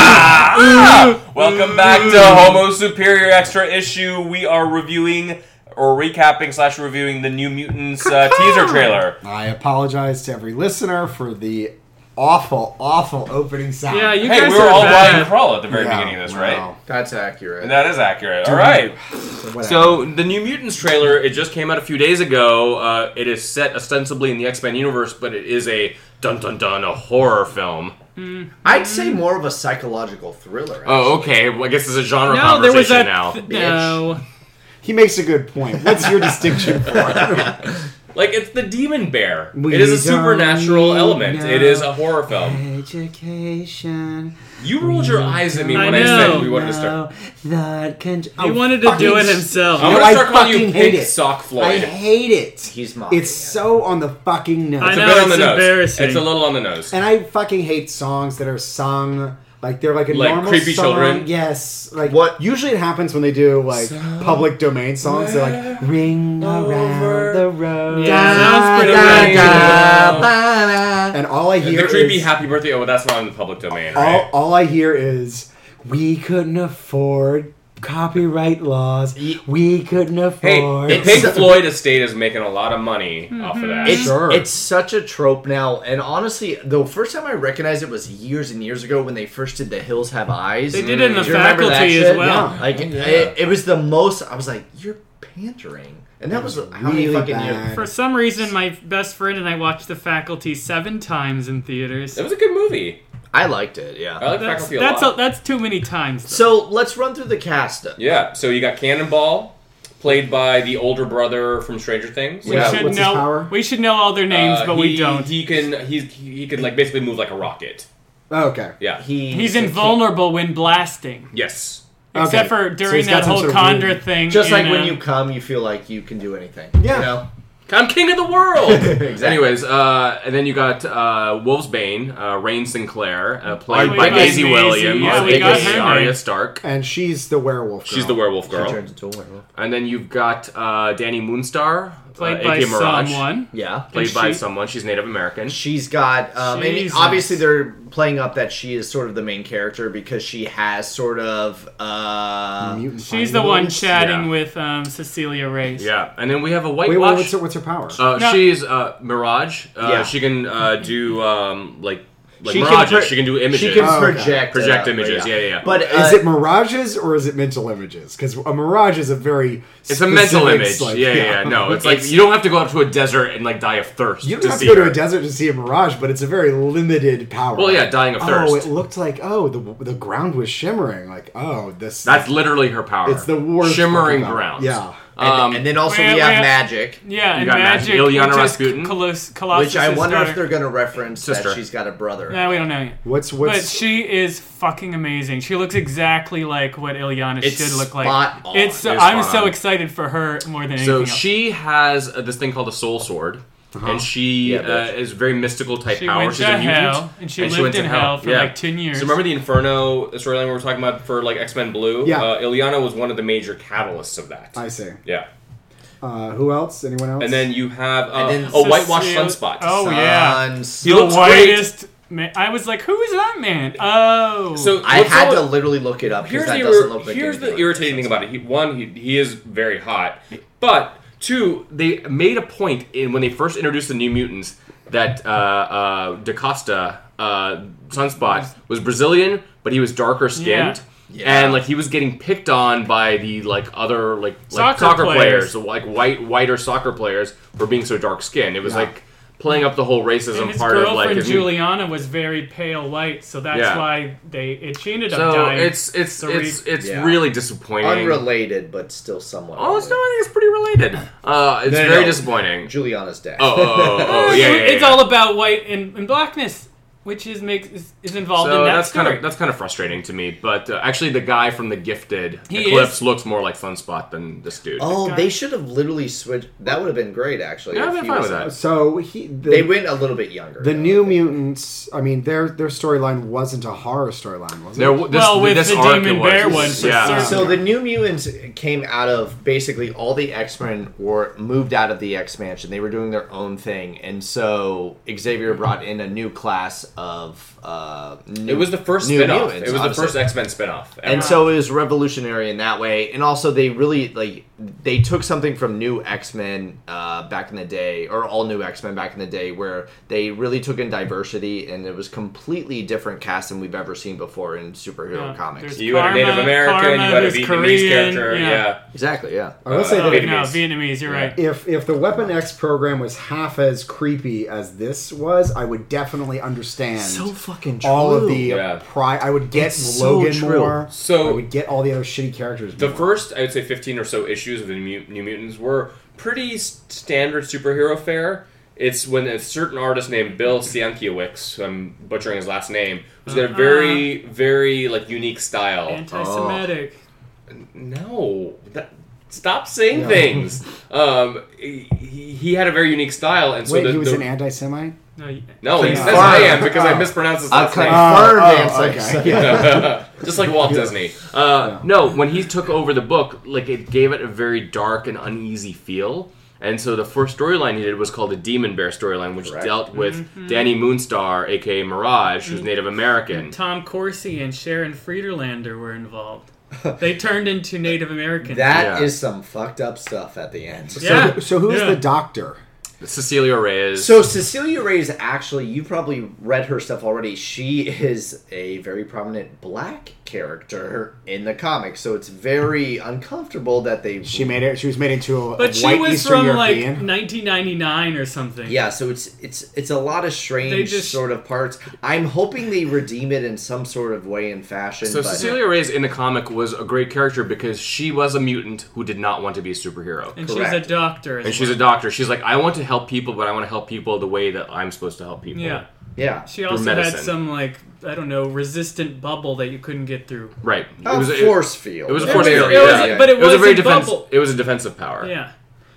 Ah! Welcome back to Homo Superior Extra Issue. We are reviewing or recapping slash reviewing the New Mutants uh, teaser trailer. I apologize to every listener for the awful, awful opening sound. Yeah, you Hey, guys we were are all Ryan bad. Crawl at the very Yeah, beginning of this, right? wow. That's accurate. That is accurate. All right. Whatever. So the New Mutants trailer, it just came out a few days ago. Uh, it is set ostensibly in the X Men universe, but it is a dun dun dun a horror film. I'd Mm. say more of a psychological thriller. Oh, okay. Well, I guess it's a genre No, there conversation was that. now. no, he makes a good point. What's your distinction for? Like it's the demon bear. We it is a don't supernatural need element. It is no a horror film. Education. You rolled your eyes at me I when I said know. we wanted to start. That can. he wanted to do it himself. I'm No, gonna Oh, I start calling you fucking hate Pink it. Sock I Floyd. hate it. He's mocking It's it. so on the fucking nose. I it's a know, bit on the it's nose. embarrassing. It's a little on the nose. And I fucking hate songs that are sung like they're like a Like normal creepy song. children? Yes, like What- Usually it happens when they do like public domain songs. They're like ring over around the road. Yeah, sounds pretty amazing. ba, da. And all I hear the creepy is happy birthday. Oh, that's not in the public domain, right? Oh, all, all I hear is we couldn't afford copyright laws. We couldn't Hey, afford. the Pink Floyd estate is making a lot of money off of that. It's, Sure. it's such a trope now, and honestly, the first time I recognized it was years and years ago when they first did "The Hills Have Eyes." They did it in Do the you remember that faculty as shit? well. Yeah. Like it, it was the most. I was like, "You're pandering," and that was how many really fucking bad. years? For some reason, my best friend and I watched The Faculty seven times in theaters. it was a good movie. I liked it. Yeah. I like That's Faculty a that's lot. a, that's too many times. though. so let's run through the cast. yeah. So you got Cannonball, played by the older brother from Stranger Things. we Yeah, should what's his know power? we should know all their names, Uh, but he, we don't. He can he he can like basically move like a rocket. oh, okay. Yeah. He He's a invulnerable when blasting, yes. except Okay. for So during he's got that some whole sort of Condra weird- thing. kid. Just like in, when uh, you come, you feel like you can do anything. Yeah. You know? I'm king of the world. Exactly. Anyways, uh, and then you got uh, Wolvesbane, uh, Rain Sinclair, uh, played Oh, by yeah. Maisie Maisie, Williams, yeah, we got aka her. Arya Stark. And she's the werewolf. She's girl. the werewolf She girl. turns into a werewolf. And then you've got uh, Danny Moonstar, played uh, by aka Mirage, someone. Yeah. played And by she- someone. She's Native American. She's got, um, and Jesus. obviously they're playing up that she is sort of the main character because she has sort of, uh, Mutant She's the one Finders. chatting Yeah. with um, Cecilia Race. Yeah. And then we have a Wait, wait, whitewash. what's her, what's her power? uh, No. She's uh, Mirage. Uh, Yeah. She can uh, do um, like like She can mirages. pro- she can do images. she can Oh, okay. project Project uh, images, yeah, yeah, yeah. But uh, is it mirages or is it mental images? Because a mirage is a very It's a mental specific, image. like- yeah, yeah, yeah. No, it's like It's- you don't have to go out to a desert and like die of thirst. You don't have to see go to her. a desert to see a mirage, but it's a very limited power. Well, yeah, dying of Oh, it thirst. looked like oh the the ground was shimmering. Like oh this That's literally her power. it's the worst shimmering fucking power. grounds. Yeah. uh, and, Um, and then also Wait, we have wait. magic, Yeah, and got Magic, Magic. Ileana which is Rasputin. Colos- which I Colossus's wonder daughter. if they're going to reference Sister. that she's got a brother. Nah, we don't know yet. What's But what's she is fucking amazing. She looks exactly like what Ileana It's should look like. spot on. It's It is I'm spot so on. excited for her more than anything so else. she has uh, this thing called a soul sword, Uh-huh. and she Yeah, uh, bitch. is very mystical type She power. went She's to a mutant, hell, and she lived in hell for, like, 10 years. So remember the Inferno storyline we were talking about for like X Men Blue? Yeah. uh, Ileana was one of the major catalysts of that. I see. yeah, Uh, who else? Anyone else? and then you have uh, And then a whitewashed Cecilia- sunspot. Oh, yeah. Sans- He the looks great. whitest man. I was like, who is that man? Oh. So I what's had all- to literally look it up here's because that the doesn't irri- look like here's the anything. irritating thing about it. He, one, he, he is very hot, but two, they made a point in when they first introduced the New Mutants that uh, uh, DaCosta uh, Sunspot was Brazilian, but he was darker skinned. Yeah. Yeah. And like he was getting picked on by the like other like like Soccer soccer players, players. so, like white whiter soccer players for being so dark skinned. It was Yeah. like playing up the whole racism and his part girlfriend of like his Juliana was very pale white, so that's Yeah. why they it she ended up so dying. it's it's Sorry. it's it's Yeah. really disappointing. Unrelated, but still somewhat. Oh, it's related. no, I think it's pretty related. Uh, it's No, no, very no. disappointing. Juliana's dad. Oh, oh, oh, oh, yeah, yeah, yeah. it's all about white and, and blackness, which is makes is, is involved so in that that's story. kind of that's kind of frustrating to me. But uh, actually, the guy from the Gifted He Eclipse is- looks more like Sunspot than this dude. Oh, guy- they should have literally switched. That would have been great, actually. Yeah, I'd if been he fine was- with that. so he the, They went a little bit younger. the though, new I think. mutants. I mean their their storyline wasn't a horror storyline, was it? There, w- this, Well, with this the arc, Demon it was. Bear one, for yeah. um, certain. So the New Mutants came out of basically all the X Men were moved out of the X Mm-hmm. Mansion. They were doing their own thing, and so Xavier brought in a new class of uh, It New- was the first New spin-off. Mutants, it was honestly. the first X-Men spin-off. and so it was revolutionary in that way and also they really like they took something from new x-men uh, back in the day or all new x-men back in the day where they really took in diversity and it was completely different cast than we've ever seen before in superhero Yeah, comics there's- you had a Native Karma- American, Karma, you had a who's Vietnamese Korean, character. yeah. Yeah. Uh, exactly yeah I will say Oh, that Vietnamese. no, Vietnamese. You're right. if if the Weapon X program was half as creepy as this was, I would definitely understand fucking all of the uh, Yeah. pri- I would get It's so Logan true. more. So- I would get all the other shitty characters. The more. first, I would say, 15 or so issues of the Mu- New Mutants were pretty s- standard superhero fare. It's when a certain artist named Bill Sienkiewicz, who I'm butchering his last name, who's got a very, very like unique style. Anti-Semitic. No, that, stop saying things. Um, he, he he had a very unique style, and so Wait, the, he was the- an anti-Semite. No, you- no, he Confirmed. says I am because I mispronounced his I last name. confirmed Oh, oh, answer. okay. just like Walt Disney. Uh, No, when he took over the book, like it gave it a very dark and uneasy feel. And so the first storyline he did was called the Demon Bear storyline, which Correct. dealt with Danny Moonstar, aka Mirage, who's Native American. Tom Corsi and Sharon Friederlander were involved. They turned into Native Americans. That Yeah. is some fucked up stuff at the end Yeah. So, so who's Yeah. the doctor? Cecilia Reyes. Mm-hmm. So Cecilia Ray is actually you probably read her stuff already. She is a very prominent black character in the comics, so it's very uncomfortable that they She made it. She was made into a but a she white was Eastern from European. like 1999 or something. Yeah, so it's it's it's a lot of They strange just- sort of parts. I'm hoping they redeem it in some sort of way and fashion. So but Cecilia Reyes in the comic was a great character because she was a mutant who did not want to be a superhero. and she's correct. a doctor. As And she's a well. doctor. She's like, I want to help people, but I want to help people the way that I'm supposed to help people. yeah. yeah, She also had medicine. some like I don't know resistant bubble that you couldn't get through. Right. a it was a, force field. It was a Yeah. force Very- field. it was- yeah. but it was a was very a defensive. bubble. It was a defensive power. Yeah.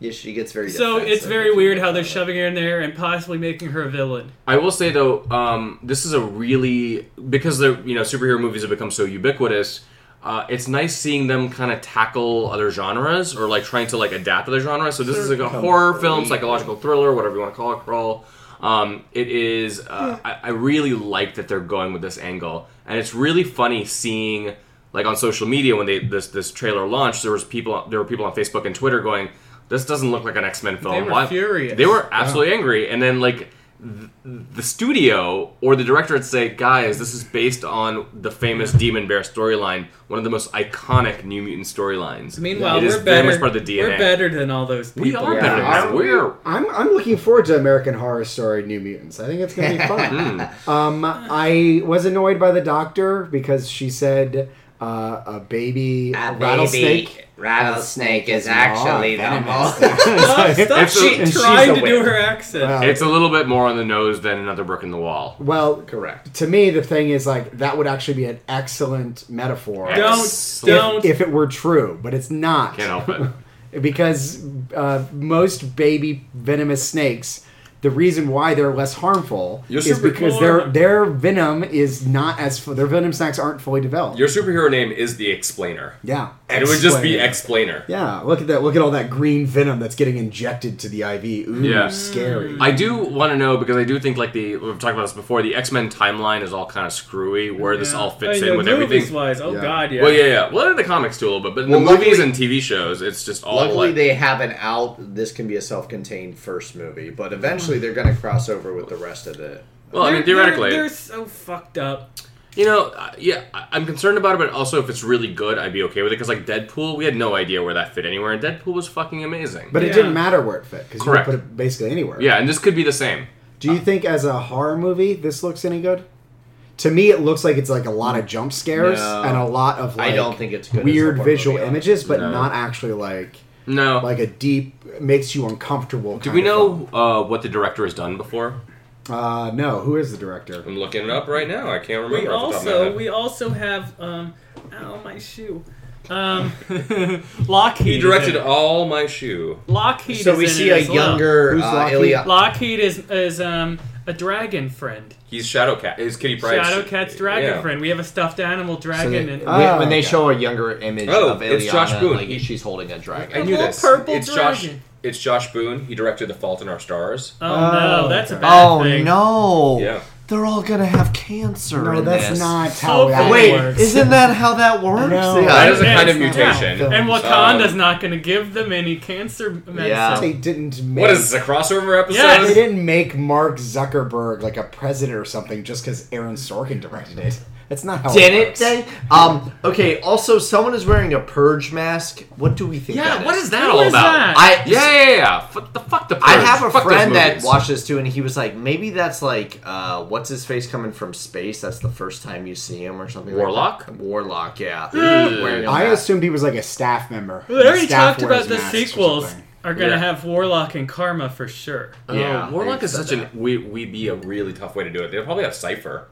Yeah, she gets very. So it's defensive very if you weird look how at they're it. shoving her in there and possibly making her a villain. I will say though, um, this is a really because the you know superhero movies have become so ubiquitous. Uh, it's nice seeing them kind of tackle other genres or like trying to like adapt other genres. So this is like a horror film, psychological thriller, whatever you want to call it, crawl. Um, it is. Uh, I, I really like that they're going with this angle, and it's really funny seeing like on social media when they this this trailer launched. There was people. There were people on Facebook and Twitter going, "This doesn't look like an X Men film." They were furious. They were were absolutely angry. And then like th- the studio or the director would say, "Guys, this is based on the famous Demon Bear storyline, one of the most iconic New Mutant storylines." Meanwhile, It is we're better. very much part of the DNA. We're better than all those people. We are Yeah. better. Yeah. Now. We're I'm, I'm looking forward to American Horror Story New Mutants. I think it's going to be fun. Hmm. um, I was annoyed by the doctor because she said uh, a baby A rattlesnake. baby rattlesnake is Raw, actually the Oh, venomous. most. Stop, stop It's a- she, and she's trying a to do witch. her accent. Wow. it's a little bit more on the nose than another brick in the wall. Well, Correct. to me, the thing is like that would actually be an excellent metaphor. Don't- if, don't. if it were true, but it's not. Can't help it. because uh, most baby venomous snakes the reason why they're less harmful You're is super because cool. their their venom is not as fu- their venom snacks aren't fully developed Your superhero name is the Explainer. yeah And it would just be Explain. Explainer. yeah look at that look at all that green venom that's getting injected to the iv ooh Yeah. scary I do want to know because I do think like the we've talked about this before. The X Men timeline is all kind of screwy, where this all fits in with everything. Wise. Oh Yeah. God, yeah. Well, yeah, yeah. Well, in the comics too a little bit, but in the Well, movies luckily- and TV shows, it's just all Luckily, like they have an out. This can be a self-contained first movie, but eventually they're going to cross over with the rest of the. Well, I mean, They're- theoretically, they're, they're so fucked up. you know, uh, yeah, I- I'm concerned about it, but also if it's really good, I'd be okay with it. Because like Deadpool, we had no idea where that fit anywhere, and Deadpool was fucking amazing. but Yeah. it didn't matter where it fit because you could Correct. put it basically anywhere yeah, and this could be the same. do you think as a horror movie this looks any good to me it looks like it's like a lot of jump scares No. and a lot of I like don't think it's good as a weird horror visual movie, images but No. not actually like No, like a deep makes you uncomfortable. do we know uh, what the director has done before? Uh, no. Who is the director? I'm looking it up right now. I can't remember. We off the top of my also head. we also have um, ow my shoe. Um, Lockheed. he directed Is in it. all my shoe. Lockheed. So is we in see it a as well. younger Who's uh, Lockheed? Ilya. Lockheed is is um a dragon friend. He's Shadowcat. Is Kitty Pryde? Shadowcat's dragon Yeah. friend. We have a stuffed animal So dragon. they- and, Ah, when, when they okay. show a younger image Oh, of Ilyana, it's Josh Boone. like, she's holding a dragon. I knew whole this. purple it's Josh. dragon. It's Josh Boone. He directed The Fault in Our Stars. oh no, Oh, that's a okay. bad oh thing. no! Yeah. they're all gonna have cancer. No, in that's this. not how that Hopefully- Wait, works. isn't that how that works? No. That Yeah. is a Yeah, kind of it's not- mutation. yeah. And Um, Wakanda's not going to give them any cancer medicine. um, they didn't make What is this, a crossover episode? Yes. They didn't make Mark Zuckerberg like a president or something just because Aaron Sorkin directed it. That's not how Did Oh, it it works. then? Um, okay, also, someone is wearing a purge mask. What do we think Yeah, that what is that What all is about? that? I, Yeah, yeah, yeah, yeah. Fuck the fuck the. Purge. I have a Fuck those friend that movies. watches too, and he was like, maybe that's like, uh, what's his face coming from space? That's the first time you see him, or something. Warlock? Like that. Warlock, yeah. Wearing a I mask. assumed he was like a staff member. Well, they already Staff talked wears about the masks or sequels something. are going to Yeah. have Warlock and Karma for sure. Yeah, Yeah, Oh, Warlock they've is said such an that. we we be a really tough way to do it. They'll probably have Cipher.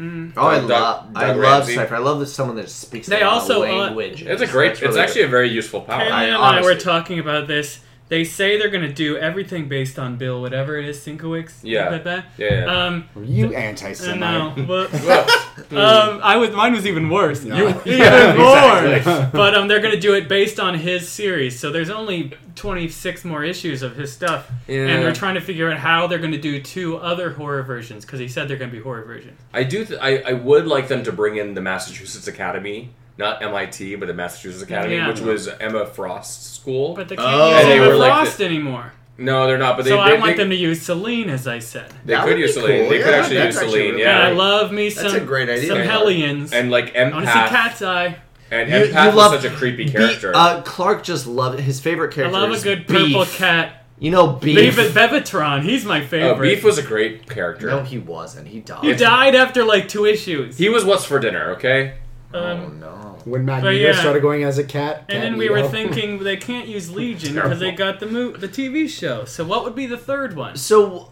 Oh, I Doug- love, I Doug love Ramsey. Cypher. I love that someone that speaks They their own also, uh, language. It's a great. That's it's really actually a very useful power. Kaylee I and I were honestly- talking about this. They say they're going to do everything based on Bill, whatever it is, Sinkowicz. Yeah. Blah, blah, blah. Yeah, yeah, uh, yeah. Um, Were you anti-Semite? no, but, Well, um, I was mine was even worse. Yeah. You Yeah, even more. exactly. But um, they're going to do it based on his series, so there's only 26 more issues of his stuff, Yeah. and they're trying to figure out how they're going to do two other horror versions because he said they're going to be horror versions. I do. Th- I I would like them to bring in the Massachusetts Academy, not MIT, but the Massachusetts Academy, Yeah. which was Emma Frost's school. But they can't Oh. use And they Emma were like Frost anymore. no, they're not. But they so they, I want they, them to use Celine, as I said. they That could would use be Celine. cool, They could yeah, actually that's use actually Celine. really And I yeah, love me some a great idea. some Hellions. and like I want to see Empath. Cat's Eye. And You- Empath you was love- such a creepy Be- character. uh, Clark just loved his favorite I character. love a is good Beef. purple cat. You know, beef. Beav- Bevatron, he's my Uh, favorite. Beef was a great character. No, he wasn't. He died. he died after like two issues. He was what's for dinner, okay? Oh um, no. When Magneto yeah. started going as a cat. and Cat then we were Neo. thinking they can't use Legion because they got the mo- the TV show. So what would be the third one? So,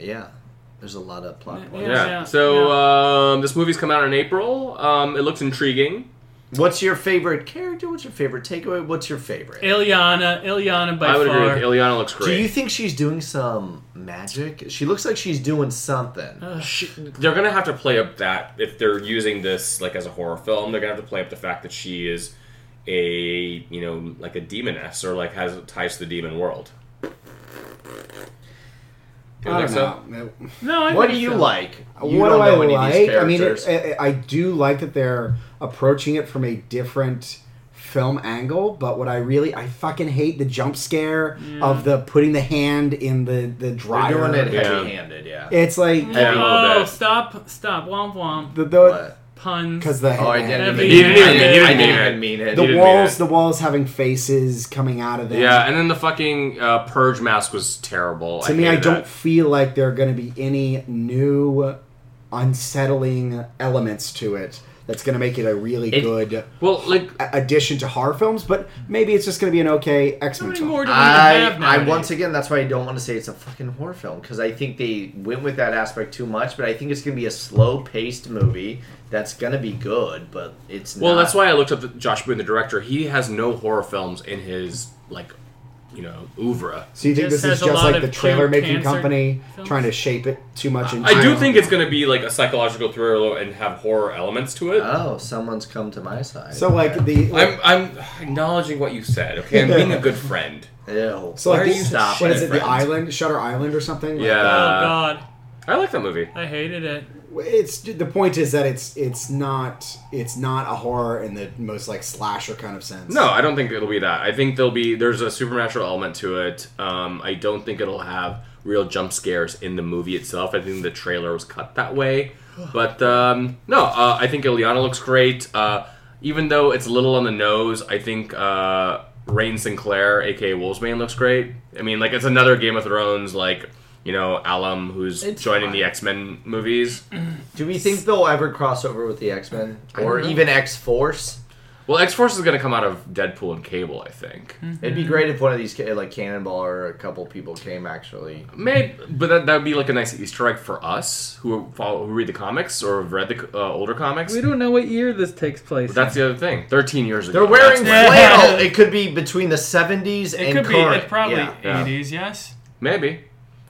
yeah, there's a lot of plot points. Yeah. Yeah, yeah, so Um, this movie's coming out in April. Um, it looks intriguing. What's your favorite character? What's your favorite takeaway? What's your favorite? Ilyana, Ilyana by I would far. agree. With Ileana looks great. Do you think she's doing some magic? She looks like she's doing something. Uh, She, they're gonna have to play up that if they're using this like as a horror film, they're gonna have to play up the fact that she is a you know like a demoness or like has ties to the demon world. You I think don't so? know. no, I What think do you so. like? You what don't do I know any of these like? I mean, characters. it, I- I do like that they're approaching it from a different film angle. But what I really, I fucking hate the jump scare of the putting the hand in the the We're dryer. doing it Yeah. heavy-handed, yeah. It's like Yeah, a little Oh, bit. stop, stop, womp womp, the the What? puns. because the Oh, I hand- didn't Heavy- mean You didn't it. I even- you didn't- I didn't didn't mean it. even mean it. You the didn't mean walls it. the walls having faces coming out of them. Yeah, and then the fucking uh, purge mask was terrible. to me, I hated don't that. feel like there are going to be any new unsettling elements to it that's going to make it a really It- good Well, like a- addition to horror films. But maybe it's just going to be an okay X How Men many film. more do we I, have I nowadays? once again, that's why I don't want to say it's a fucking horror film because I think they went with that aspect too much. But I think it's gonna be a slow-paced movie that's gonna be good, but it's Well, not. that's why I looked up the, Josh Boone, the director. He has no horror films in his like, you know, oeuvre. So you think Just this is has a just lot like the of trailer making cancer company films. trying to shape it too much? Into I do think it's going to be like a psychological thriller and have horror elements to it. Oh, someone's come to my side. so. Like the I'm I'm acknowledging what you said. Okay, I'm being a good friend. Ew. so like Why are the, you stopping? what is it? The friends? island, Shutter Island, or something? Like, Yeah. Oh God, I like that movie. I hated it. it's the point is that it's it's not it's not a horror in the most like slasher kind of sense. No, I don't think it'll be that. I think there'll be there's a supernatural element to it. Um, I don't think it'll have real jump scares in the movie itself. I think the trailer was cut that way. But um, no, uh, I think Ileana looks great. Uh, even though it's a little on the nose, I think uh, Rain Sinclair, aka Wolvesbane, looks great. I mean, like it's another Game of Thrones, like you know Alum, who's It's joining fine. the X Men movies. Do we think they'll ever cross over with the X Men don't or know. even X Force? Well, X Force is going to come out of Deadpool and Cable, I think. Mm-hmm. It'd be great if one of these, ca- like Cannonball or a couple people, came actually. Maybe, but that that would be like a nice Easter egg for us who follow, who read the comics or have read the uh, older comics. We don't know what year this takes place. But that's the other thing. Thirteen years ago, They're wearing that's when- Yeah. flannel. It could be between the seventies it and could be. current. It's probably Yeah. yeah. 80s. Yes, maybe.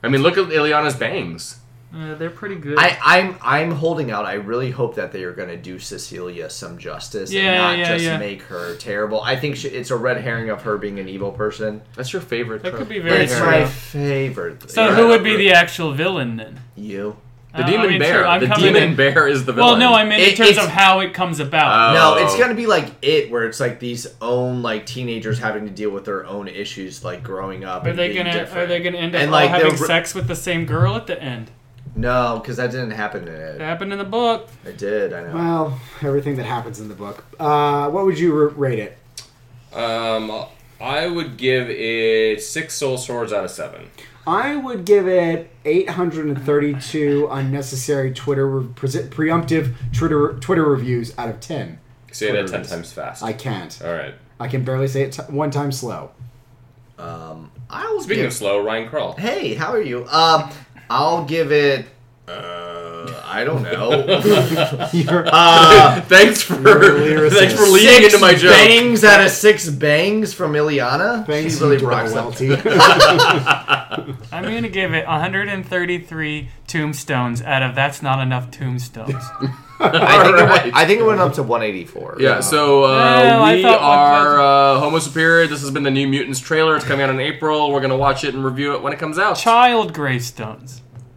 I mean, look at Ileana's bangs. uh, they're pretty good. I, I'm I'm holding out. I really hope that they are going to do Cecilia some justice Yeah, and not yeah, just yeah. make her terrible. I think she, it's a red herring of her being an evil person. That's your favorite. that trope. could be very it's true. my favorite. So thing. who would be the actual villain then? you? The Uh, I demon mean, bear. sure, I'm the coming demon in- bear is the Well, villain. no, I meant It- in terms it's- Uh, of how it comes about. No, it's Oh. gonna be like it, where it's like these own like teenagers having to deal with their own issues, like growing up. are and they being gonna different. Are they gonna end up And, all like, they're having re- sex with the same girl at the end? No, because that didn't happen in it. It happened in the book. It did. I know. Well, everything that happens in the book. Uh, what would you r- rate it? Um, I would give it six soul swords out of seven. I would give it 832 unnecessary Twitter re- pre- preemptive Twitter Twitter reviews out of 10. Say that ten Swords. times fast. I can't. All right. I can barely say it t- one time slow. Um, I'll Speaking give, of slow, Ryan Crawl. Hey, how are you? Um, I'll give it. Uh, I don't know. You're, uh, thanks for lyricist. thanks for leading six into my joke. bangs out of six bangs from Ileana. thanks, she really you rocks Doyle that. Welty. I'm gonna give it 133 tombstones out of that's not enough tombstones. I think, it Alright. went, I think it went up to 184. Yeah, so No, uh, Oh, I we thought one are uh, Homo Superior. This has been the New Mutants trailer. It's coming out in April. We're gonna watch it and review it when it comes out. Child gravestones.